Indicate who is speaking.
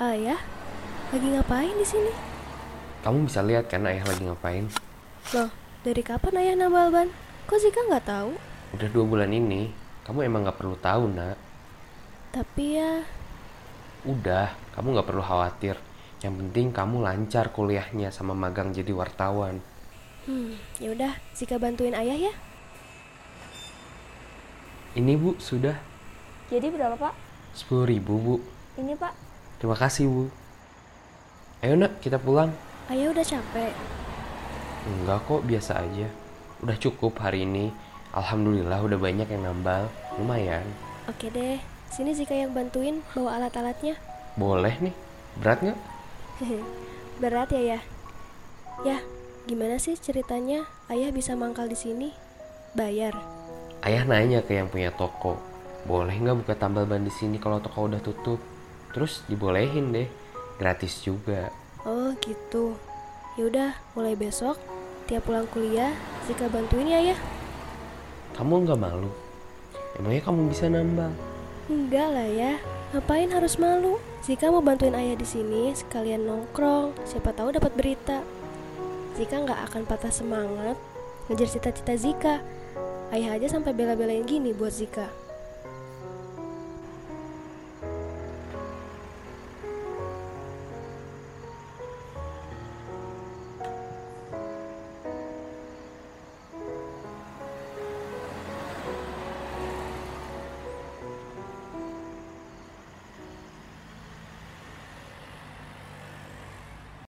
Speaker 1: Ayah, lagi ngapain di sini?
Speaker 2: Kamu bisa lihat kan ayah lagi ngapain?
Speaker 1: Loh, dari kapan ayah nambal ban? Kok Zika nggak tahu?
Speaker 2: Udah dua bulan ini, kamu emang nggak perlu tahu nak.
Speaker 1: Tapi ya,
Speaker 2: Udah, kamu nggak perlu khawatir. Yang penting kamu lancar kuliahnya sama magang jadi wartawan.
Speaker 1: hmm, ya udah, Zika bantuin ayah ya.
Speaker 2: Ini bu, sudah
Speaker 3: Jadi berapa pak?
Speaker 2: 10.000 ribu bu.
Speaker 3: Ini pak?
Speaker 2: Terima kasih bu. Ayo nak, kita pulang.
Speaker 1: Ayah udah capek.
Speaker 2: Enggak kok, biasa aja. Udah cukup hari ini. Alhamdulillah udah banyak yang nambal. Lumayan.
Speaker 1: Oke deh, sini Zika yang bantuin bawa alat-alatnya.
Speaker 2: Boleh nih. Berat nggak?
Speaker 1: Berat ya ya. Yah, gimana sih ceritanya ayah bisa mangkal di sini? Bayar.
Speaker 2: Ayah nanya ke yang punya toko, boleh nggak buka tambal ban di sini kalau toko udah tutup? Terus dibolehin deh, gratis juga.
Speaker 1: Oh gitu. Yaudah, mulai besok tiap pulang kuliah Zika bantuin ya ya.
Speaker 2: Kamu nggak malu? Emangnya kamu bisa nambal?
Speaker 1: Enggak lah ya. Ngapain harus malu? Zika mau bantuin ayah di sini sekalian nongkrong. Siapa tahu dapat berita. Zika nggak akan patah semangat ngejar cita-cita Zika. Ayah aja sampai bela-belain gini buat Zika.